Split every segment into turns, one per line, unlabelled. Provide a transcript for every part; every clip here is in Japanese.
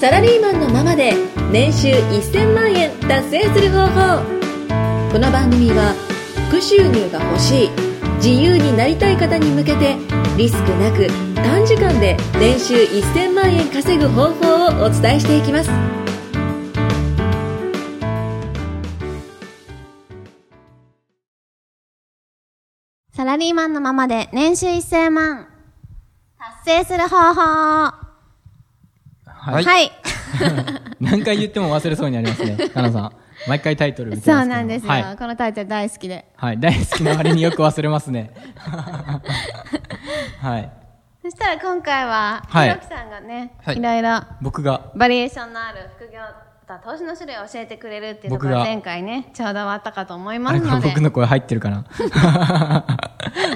サラリーマンのままで年収1000万円達成する方法この番組は副収入が欲しい自由になりたい方に向けてリスクなく短時間で年収1000万円稼ぐ方法をお伝えしていきます
サラリーマンのままで年収1000万達成する方法は、
はいい。何回言っても忘れそうになりますね、 かなさん。毎回タイトル見て
そ
ますけど
うなんですよ、
はい。
このタイトル大好きで
はい。大好きな割によく忘れま すね。はい。
そしたら今回は
はい
ひろきさんがね、
はい
いろいろ
僕が、
バリエーションのある副業と投資の種類を教えてくれるっていうところ
僕
が
が
前回ねちょうど終わったかと思いま
あ
す
れか
ので
僕の声入ってる かな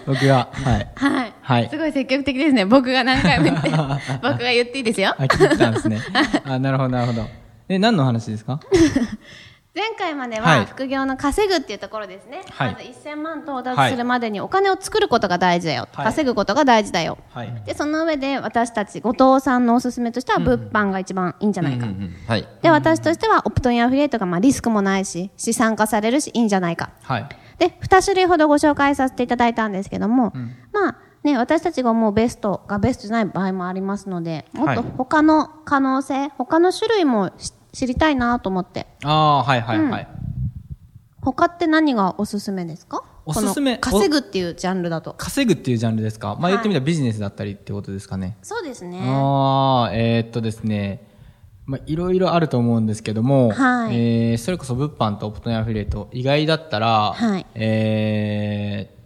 僕が、はい。
はい、
はい
すごい積極的ですね僕が何回も言 って僕が言っていいですよ
あ、聞いてた んですね。あ、なるほど、なるほど。え、何の話ですか
前回まで
は
はい副業の稼ぐっていうところですね、
はい
まず1000万到達するまでにお金を作ることが大事だよ、
はい
稼ぐことが大事だよ、
はい。
でその上で私たち後藤さんのおすすめとしては物販が一番いいんじゃないか、
はい。
で私としてはオプトインアフィリエイトがまあリスクもないし資産化されるしいいんじゃないか
はい。
で2種類ほどご紹介させていただいたんですけども、まあね、私たちが思うベストがベストじゃない場合もありますのでもっと
はい
他の可能性、他の種類もし知りたいなと思って
ああー、はいはいはい。
他って何がおすすめですか
おすすめ
この稼ぐっていうジャンルだと
稼ぐっていうジャンルですかま
は
あ
い
言ってみたらビジネスだったりってことですかね。
そうですね
ああ、えーっとですね。まあ、いろいろあると思うんですけども、
はい
えーそれこそ物販とオプトインアフィリエイト、意外だったら、
はい
えー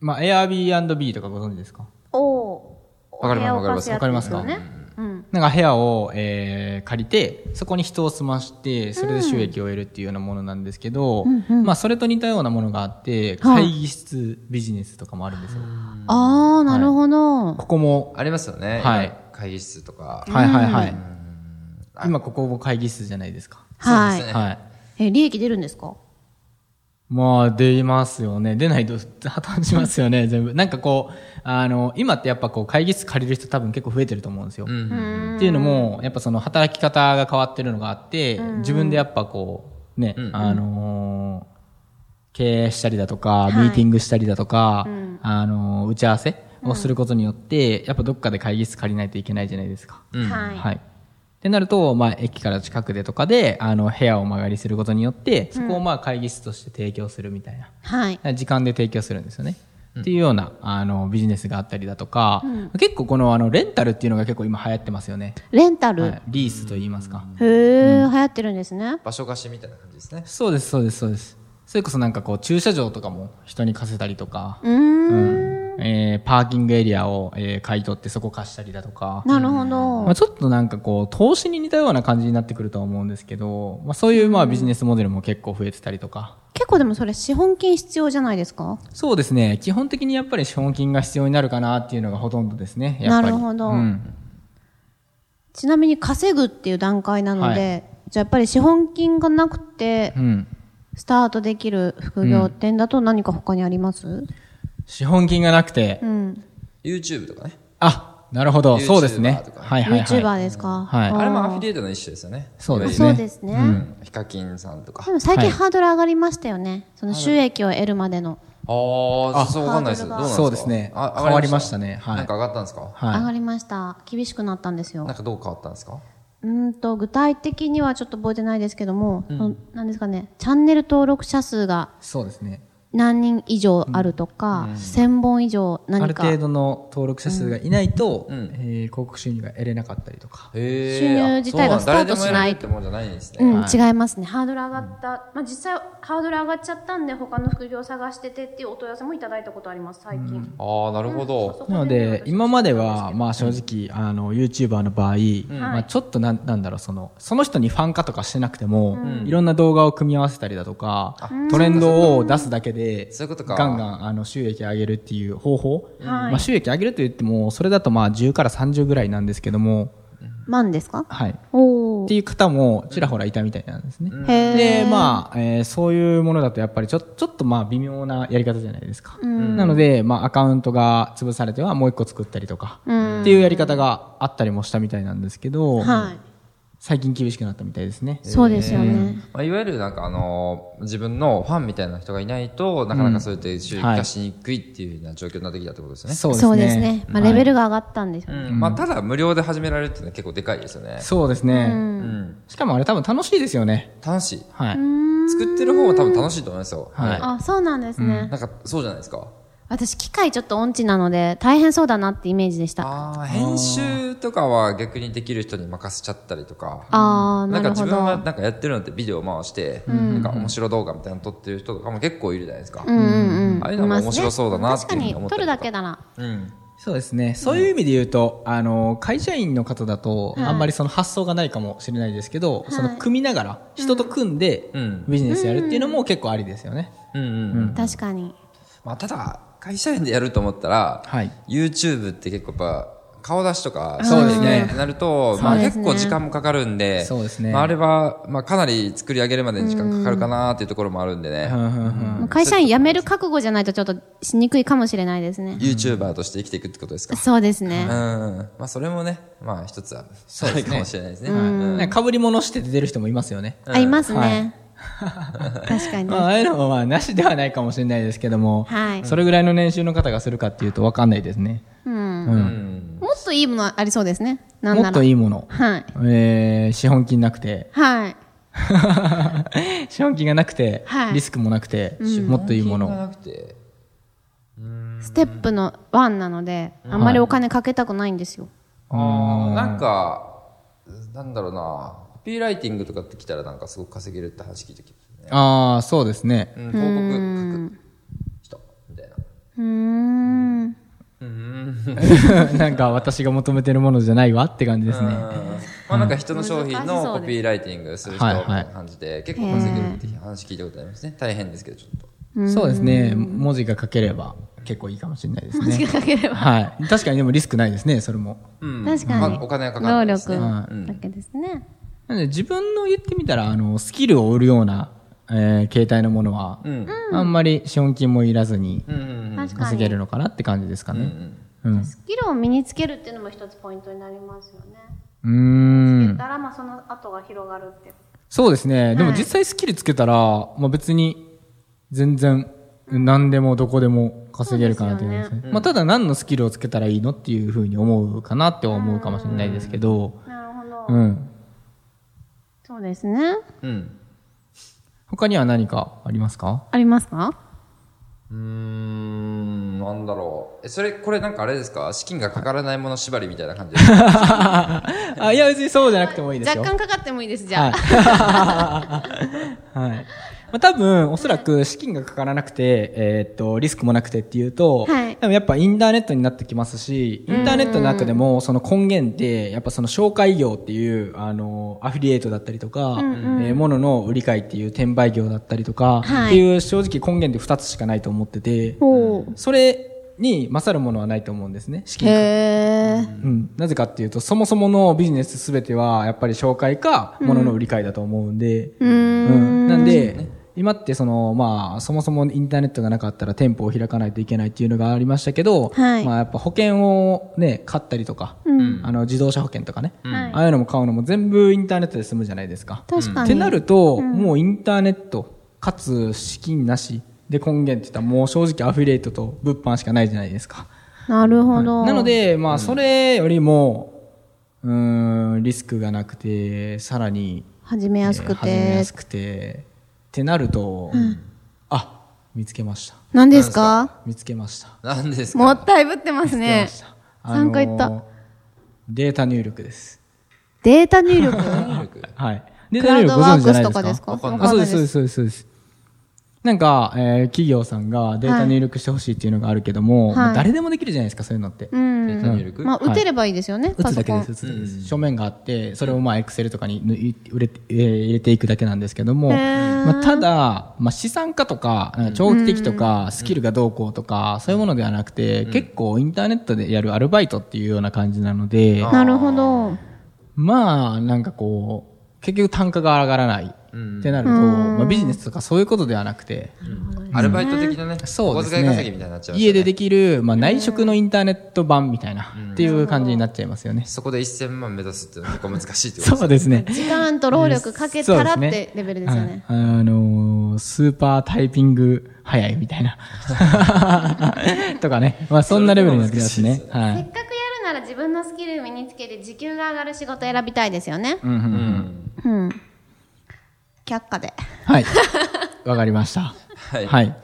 まあ、Airbnb とかご存知ですか
おお
わかりますわかります
わかりますか
よねうん
なんか部屋を、えー借りて、そこに人を住まして、それで収益を得るっていうようなものなんですけど、まあ、それと似たようなものがあって、
はい
会議室ビジネスとかもあるんですよ。
ああなるほど、
ここも、
ありますよね。
はい
今。会議室とか。
はいはいはい。今ここも会議室じゃないですか。
はい、
そうですね
はい。
え利益出るんですか
まあ、出ますよね。出ないと破綻しますよ ね、全部。なんかこう、あの、今ってやっぱこう、会議室借りる人多分結構増えてると思うんですよ。っていうのも、やっぱその働き方が変わってるのがあって、自分でやっぱこう、ね、あのー経営したりだとか、ミーティングしたりだとか、あのー打ち合わせをすることによって、やっぱどっかで会議室借りないといけないじゃないですか。
はい
はい。ってなると、まあ、駅から近くでとかで、あの、部屋を間借りすることによって、そこをまあ、会議室として提供するみたいな。
はい
時間で提供するんですよね。っていうような、あの、ビジネスがあったりだとか、結構この、あの、レンタルっていうのが結構今流行ってますよね。
レンタル、
はい、リースと言いますか。
へえ、流行ってるんですね
場所貸しみたいな感じですね。
そうです、そうです、そうです。それこそなんかこう、駐車場とかも人に貸せたりとか、
うーん
えーパーキングエリアを、えー買い取ってそこ貸したりだとか、
なるほど、
まあ、ちょっとなんかこう投資に似たような感じになってくるとは思うんですけど、まあ、そういうまあビジネスモデルも結構増えてたりとか
結構でもそれ資本金必要じゃないですか
そうですね基本的にやっぱり資本金が必要になるかなっていうのがほとんどですねやっぱ
な
り
るほど
うん
ちなみに稼ぐっていう段階なので、じゃあやっぱり資本金がなくて
うん
スタートできる副業点だと何か他にあります、うん
資本金がなくて、
YouTube とかね。
あなるほどそうですね
YouTuber とか
はいはいはい、
YouTuber ですか、
はい
あれもアフィリエイトの一種ですよね。
そうです
そ
ね
うですね、
うん。ヒカキンさんとか。
でも最近
はい
ハードル上がりましたよね、その収益を得るまでの、
ああ、そうわかんないです。ど
ハ
う
ードルが
なんですか
そうですね
あ
変わりましたねはい
なんか上がったんですか
はい
上がりました厳しくなったんですよ
なんかどう変わったんですか
うーんと具体的にはちょっと覚えてないですけども、そのなんですかねチャンネル登録者数が
そうですね
何人以上あるとか、1000本以上
あ
何
る
か
程度の登録者数がいないと、
ん
えー広告収入が得れなかったりとか、
へー
収入自体がスタートしない
あそうなんだ誰でもやれるってもんじゃないんです
う
ね。
ん、違いますね。ハードル上がった。まあ、実際、ハードル上がっちゃったんで、他の副業探しててっていうお問い合わせもいただいたことあります、最近。
ああ、なるほど。
なので、今までは、まあ正直、あの、YouTuber の場合、まあちょっとなん、なんだろう、その、その人にファン化とかしてなくても、いろんな動画を組み合わせたりだとか、トレンドを出すだけで、
そういうことか
ガンガン、あの、収益上げるっていう方法。
はい
まあ収益上げると言っても、それだとまあ10から30ぐらいなんですけども、
万ですか
はい。
お
っ
お
て。いう方もちらほらいたみたいなんですね。
へ
で
え。、
まあ、えーそういうものだとやっぱりちょちょっとまあ微妙なやり方じゃないですか。なので、まあアカウントが潰されてはもう一個作ったりとか、っていうやり方があったりもしたみたいなんですけど、
はい。
最近厳しくなったみたいですね。
そうですよね。
まあ、いわゆるなんかあの自分のファンみたいな人がいないとなかなかそうやって収益化しにくいっていうような状況になってきたってことですよね。
そうですね。
そうですね。まあ、レベルが上がったんですよね。
うんまあ、ただ無料で始められるっていうのは結構でかいですよね。
そうですね。
うん、
しかもあれ多分楽しいですよね。
楽しい。
はい。
作ってる方も多分楽しいと思いますよ。
はい
あ、そうなんですね。
なんかそうじゃないですか。
私、機械ちょっと音痴なので、大変そうだなってイメージでした。あ
ああ、編集とかは逆にできる人に任せちゃったりとか。
あー、
な
なん
か
る
自
ほ
分は
ど。
なんかやってるのってビデオ回して、なんか面白動画みたいなの撮ってる人とかも結構いるじゃないですか。
うんうんうん。
ああいうのも面白そうだなっていうふうに
い
思
ま
っ
すね確かに、撮
たり
る
とか
だけだな。
うん。
そうですね。そういう意味で言うと、あの、会社員の方だと、あんまりその発想がないかもしれないですけど、その組みながら、人と組んで
うん、
ビジネスやるっていうのも結構ありですよね。
うんうんうん。
確かに。
まあただ、会社員でやると思ったら、
はい。
YouTube って結構やっぱ、顔出しとか、
そうですね
しなきゃいけないってなると、まあ
そうです
結
ね
構時間もかかるんで、
そうですね
まああれは、まあかなり作り上げるまでに時間かかるかなっていうところもあるんでね
う、んうんうん
もう会社員辞める覚悟じゃないとちょっとしにくいかもしれないですね。
YouTuber として生きていくってことですか。
そうです
うん。
ね。
まあそれもね、まあ一つは、そう
ですね
かもしれないですね。
なんか被り物して出る人もいますよね。
あ、いますね。確かに。
まあ、ああいうのもまあ、なしではないかもしれないですけども、
はい
それぐらいの年収の方がするかっていうと分かんないですね。
うん。
うん
もっといいものありそうですね。なん
も
な
っ
ら
と。いいもの。
はい。
えー資本金なく て、
はい。
資本金がなくて、
はい
リスクもなくて、もっといいも
金が
の。
なくて
ステップのワンなので、あんまりお金かけたくないんですよ。
あーなんか、なんだろうな、コピーライティングとかってきたらなんかすごく稼げるって話聞いてきて、ね
ああ、そうですね。
うん、広告書く人みたいな。
うーん。
なんか私が求めてるものじゃないわって感じですね。
まあなんか人の商品
難し
の
そう
コ
です
ピーライティングする人み
はいはい
たいな感じで、結構稼げるって話聞いたことありますね。大変ですけど、ちょっと。
そうですね。文字が書ければ結構いいかもしれないですね。文字が
かければ。
はい。確かにでもリスクないですね、それも。
うん
確かに。
まあお金がかかんないですね
労
は
力だけですね。
なので自分の言ってみたら、あの、スキルを売るような、えー携帯のものは、
うん。
あんまり資本金もいらずに
うんうん
確か
稼げる
に。
のかなって感じですか
うんう
ね。
ん。
うん。
スキルを身につけるっていうのも一つポイントになりますよね。
うーん。
だからまあその後が広がるっていう。
そうですね。でも実際スキルつけたら、まあ別に全然何でもどこでも稼げるかなと思います
そう
ね。まあただ何のスキルをつけたらいいのっていうふうに思うかなっては思うかもしれないですけど、
なるほ
う
ど。
ん。
そうですね。
うん。
他には何かあります か
ありますか
うーん、なんだろう。え、それ、これなんかあれですか資金がかからないもの縛りみたいな感じ ですか
あ、いや別にそうじゃなくてもいいです
若干
よ。
かかってもいいです、じ
は
ゃ
い。
あ。
はい。まあ、多分、おそらく資金がかからなくて、えーっと、リスクもなくてっていうと、
はい
でもやっぱインターネットになってきますし、インターネットの中でも、その根源って、やっぱその紹介業っていう、あの、アフィリエイトだったりとか、えー物の売り買いっていう転売業だったりとか、
はい
っていう正直根源で2つしかないと思ってて、
ほう。
それに勝るものはないと思うんですね、資金が
へー。
うん、なぜかっていうと、そもそものビジネスすべては、やっぱり紹介か、物の売り買いだと思うんで、うんなんで、今ってその、まあ、そもそもインターネットがなかったら店舗を開かないといけないっていうのがありましたけど、
はい
まあやっぱ保険をね、買ったりとか、あの自動車保険とかね、
はい
ああいうのも買うのも全部インターネットで済むじゃないですか。
確かに。
ってなると、もうインターネット、かつ資金なしで根源って言ったらもう正直アフィリエイトと物販しかないじゃないですか。
なるほど。
なの、で、まあ、それよりも、うーん、リスクがなくて、さらに、
始めやすく
えー始め
て
や。すくて、ってなると、あ、見つけました。
何ですか
見つけました。
何です
も
か
ったいぶってます
見つけま
ね。
した。
三回言った
データ入力です。
データ入力。
能力
はい。デー
ク
タ
ラ
入
ウ
力
ド
ご
ワー
存知じゃ
ク
な
スと
いです
か
か
ですか
わかん
あ、そうです、そうです、そうです。そうですなんか、えー企業さんがデータ入力してほしいっていうのがあるけども、
はい
もう誰でもできるじゃないですか、そういうのって。
うん。
データ入力
まあ、打てればいいですよね、
打
パ
つ
ソ
だけ
コ
で
ン
す、打つだけです。正面があって、それをまあ、エクセルとかにぬい入れて、えー入れていくだけなんですけども、
へー
まあ、ただ、まあ、資産化とか、なんか長期的とか、スキルがどうこうとか、そういうものではなくて、結構インターネットでやるアルバイトっていうような感じなので、
なるほど。
まあ、なんかこう、結局単価が上がらない。ってなると、まあ、ビジネスとかそういうことではなくて、
アルバイト的なね、
そうです
お小遣い稼ぎ
ね
みたいになっちゃいますよね
家でできる、まあ、内職のインターネット版みたいな、っていう感じになっちゃいますよね。
そこで1000万目指すっていうのは結構難しいってことです
そうですね。
時間と労力かけたらってレベルですよね。
はいあのースーパータイピング早いみたいな。 とかね。まあそんなレベルになってきますね。は
せっ
い。
かくやるなら自分のスキル身につけて時給が上がる仕事選びたいですよね。
うんうんうん
うん。却下で。
はい。わかりました。
はい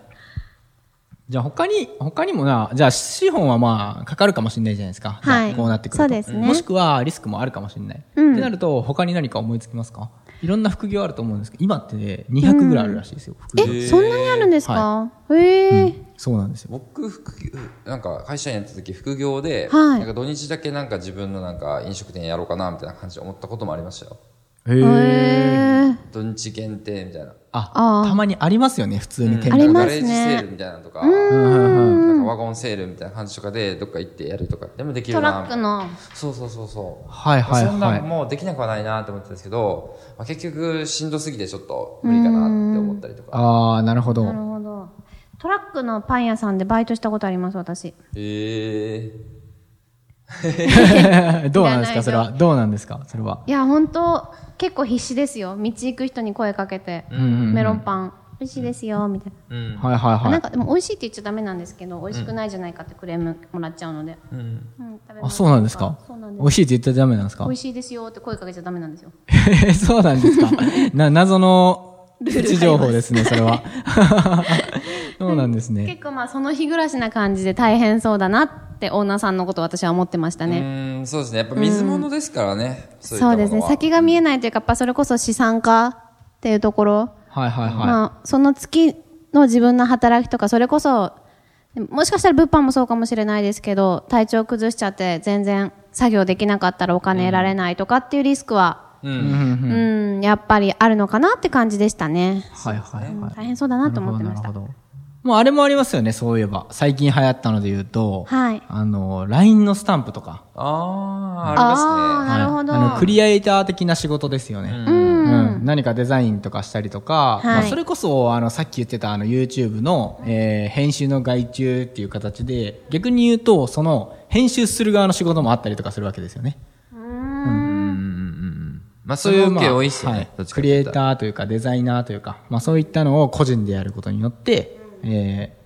じゃあ他に、他にもな、じゃあ資本はまあかかるかもしれないじゃないですか。
はい
こうなってくると。
そうですね
もしくはリスクもあるかもしれない。
うん
ってなると他に何か思いつきますかいろんな副業あると思うんですけど、今ってね200ぐらいあるらしいですよ。副業。
え、そんなにあるんですかへえ。
そうなんですよ。
僕副業なんか会社員やってた時副業で、
はい
なんか土日だけなんか自分のなんか飲食店やろうかなみたいな感じで思ったこともありましたよ
へー
へえ。
土日限定みたいな
あ
あー
たまにありますよね、普通に店
あ
舗
り
なんか
ま
ガ
すね
レージセールみたいなのとかなんかワゴンセールみたいな感じとかでどっか行ってやるとかでもでき
ト
るな
ラックの。
そうそうそうそう
はいはい
そんな
は
ん
い。
もうできなくはないなと思ってたんですけど、まあ、結局しんどすぎてちょっと無理かなって思ったりとか
ああ、なるほ
なる
ど。
ほど。トラックのパン屋さんでバイトしたことあります、私。
へえ
どうなんで
いらな
す
い
かそれは。どうなんですかそれは。
いや、本当結構必死ですよ。道行く人に声かけて。メロンパン。美味しいですよ、みたいな。
うん
はいはいは
なん
い。
かでも美味しいって言っちゃダメなんですけど、美味しくないじゃないかってクレームもらっちゃうので。
うん
うん、食べ物
あ、そうなんですか
そうなんです
美味しいって言ったらダメなんですか
美味しいですよって声かけちゃダメなんですよ。
え そうなんです かな、謎のプチ情報ですね、そ れは。そうなんですね。
結構まあその日暮らしな感じで大変そうだなってオーナーさんのことを私は思ってました
う
ね。
んそうですねやっぱ水物ですからね、そいった
そうですね。
ものは
先が見えないというか、やっぱそれこそ資産化っていうところ。
はいはいは
まあ、その月の自分の働きとか、それこそ、もしかしたら物販もそうかもしれないですけど、体調崩しちゃって全然作業できなかったらお金得られないとかっていうリスクは、
う
い。うんんうん
うん、やっぱりあるのかなって感じでしたね。
はいはいはい。
大変そうだなと思ってました
なる。ほどなるほどもうあれもありますよね、そういえば。最近流行ったので言うと、
はい
あの、LINE のスタンプとか。
ああ
あ
あ
ーなるほど
はいあのクリエイター的な仕事ですよね。
りますね、
うん、何かデザインとかしたりとか、
い
まあ、それこそあのさっき言ってたあの YouTube の、えー編集の外注っていう形で逆に言うとその編集する側の仕事もあったりとかするわけですよね。
まあそういう
ま
系
あ
多いっすよね。
はい
どっちか
ク
って
リ
言
エ
っ
イ
たら
ターというかデザイナーというか、まあ、そういったのを個人でやることによって、えー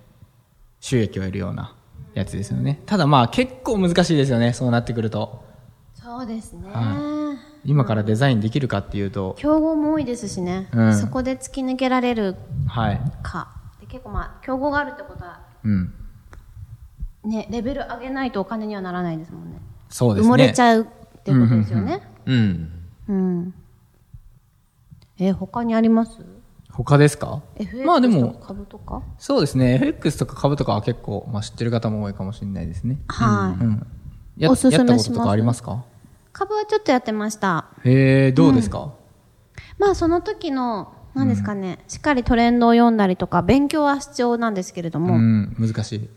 収益を得るようなやつですよね。ただまあ結構難しいですよねそうなってくると。
そうですね。
は今からデザインできるかっていうと、
競合も多いですしね、
うん
そこで突き抜けられる
はい。
かで結構まあ競合があるってことは
うん。
ねレベル上げないとお金にはならないですもんね
そうで
埋
す
もれ
ね
ち。ゃうっていうことですよね
うん。
うんえ他にあります
他ですか
FX
まあで
と
も
か、株とか
そうですね。FX とか株とかは結構、まあ、知ってる方も多いかもしれないですね。
はい、
うん。や
おすすめ
やったこと
し
と
ます
かありますか
株はちょっとやってました
へえ、どうですか、
まあその時の何ですかね、しっかりトレンドを読んだりとか勉強は必要なんですけれど
う
も、
ん、難しい。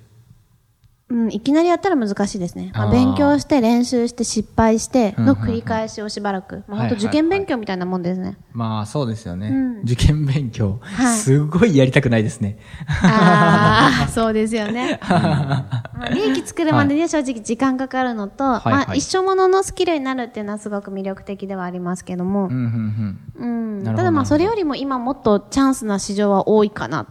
うん、いきなりやったら難しいですね。まあ、
あー
勉強して練習して失敗して
うんう
の
ん
繰り返しをしばらく。まあ、本当
はいはい
受験勉強みたいなもんですね。
まあ、そうですよね。
うん
受験勉強、
はい
すごいやりたくないですね。
あ あ、そうですよね。まあ利益作るまでには正直時間かかるのと、
いはい
まあ、一生もののスキルになるっていうのはすごく魅力的ではありますけども
うん、う。
う
ん、
ん。
なるほど
ただまあ、それよりも今もっとチャンスな市場は多いかな。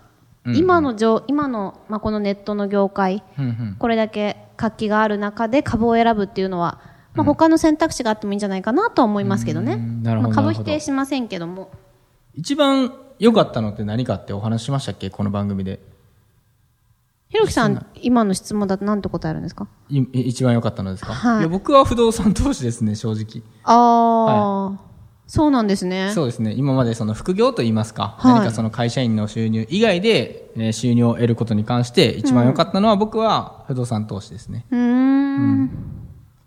今の状、今の、まあ、このネットの業界、
うん。うん、うん。
これだけ活気がある中で株を選ぶっていうのは、まあ、他の選択肢があってもいいんじゃないかなとは思いますけどね。
んなるほ
まあ
どな
株
るほ
否
ど
定しませんけども。
一番良かったのって何かってお話ししましたっけこの番組で。
ひろきさん、今の質問だと何て答えるんですか
いい一番良かったのですか、
はい
や僕は不動産投資ですね、正直。
ああ、そうなんですね。
そうですね今までその副業といいますか、
はい
何かその会社員の収入以外で、えー収入を得ることに関して一番良かったのは僕は不動産投資ですね、
うーん。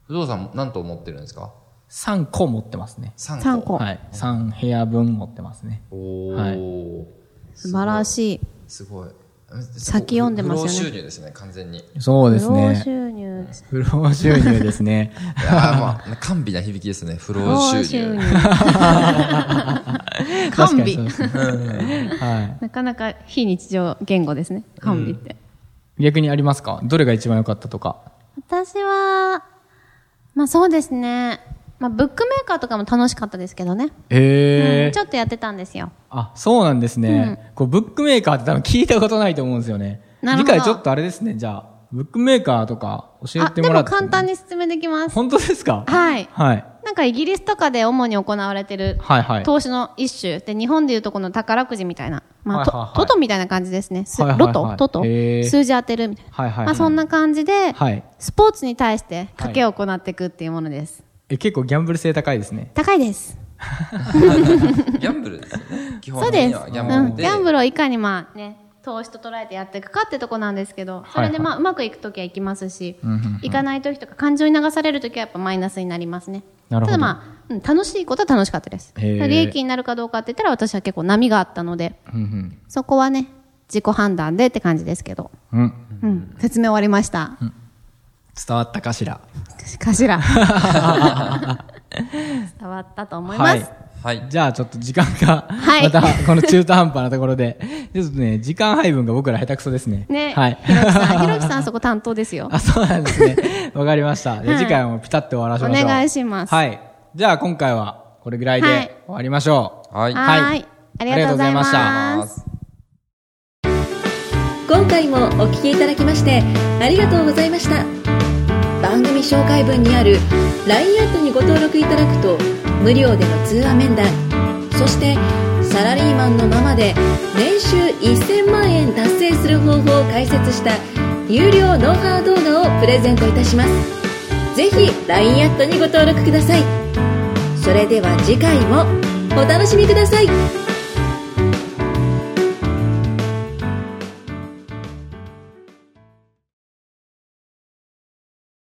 不動産何と思ってるんですか
3個持ってますね
三
3個。
はい3部屋分持ってますね
おお、
は
す
素晴らしい。
すごい。
先読んでますよね
不労収入ですね、完全に。い
そうです
不労
ね。
収入。
不労収入で すね。
やーまあ、甘美な響きですね、不労収入。
確か
完
にそう
備
で。すね。は
なかなか非日常言語ですね。完備って。
い。逆にありますかどれが一番良かったとか。
私は、まあそうですね。まあブックメーカーとかも楽しかったですけどね。
へ
う
え
んち。ょっとやってたんですよ。
あ、そうなんですね、こう、ブックメーカーって多分聞いたことないと思うんですよね。
なるほど
次回ちょっとあれですね、じゃあ、ブックメーカーとか教え
あ、
て
で
も
も
らっても。
簡単に説明できます。
本当ですか
はい。
はい。
なんかイギリスとかで主に行われてる
はいはい。
投資の一種で日本でいうとこの宝くじみたいな、まあと
はいはいはい
トトみたいな感じですね、す
はいはいはい
ロトトト
へー
数字当てるみたいな、
はいはいはい
まあ、そんな感じで、
はい。
スポーツに対して賭けを行っていくっていうものです、
え、結構ギャンブル性高いですね。
高いです
ギャンブルです よね。基本
そう
的
です
にはギャ
う
ン
ん
ブルで。
ギャンブルをいかにまあね投資と捉えてやっていくかってとこなんですけどそれでまあうまくいくときは行きますし、いかないときとか感情に流されるときはやっぱマイナスになりますね
なるほ
ただ
ど
まあ、うん楽しいことは楽しかったです
へー
利益になるかどうかって言ったら私は結構波があったので
うん
そこはね、自己判断でって感じですけど。
うん。うん。
うん。説明終わりました。
伝わったかしら。
か しら。伝わったと思います。
はい。
じゃあちょっと時間が、
はい
またこの中途半端なところで、ちょっとね、時間配分が僕ら下手くそですね。
ね、
はい。
ひろきさん、ひろきさんそこ担当ですよ。
あ、そうなんですね。わかり ました。じゃあ次回もピタッと終わらせましょう。
お願いします
はい。じゃあ今回はこれぐらいで
はい
終わりましょう。
はい。
はーい
はい
ありがとうございます
ありがとうございました。
今回もお聞きいただきましてありがとうございました番組紹介文にある LINE アットにご登録いただくと無料での通話面談そしてサラリーマンのままで年収1000万円達成する方法を解説した有料ノウハウ動画をプレゼントいたしますぜひ LINE アットにご登録くださいそれでは次回もお楽しみください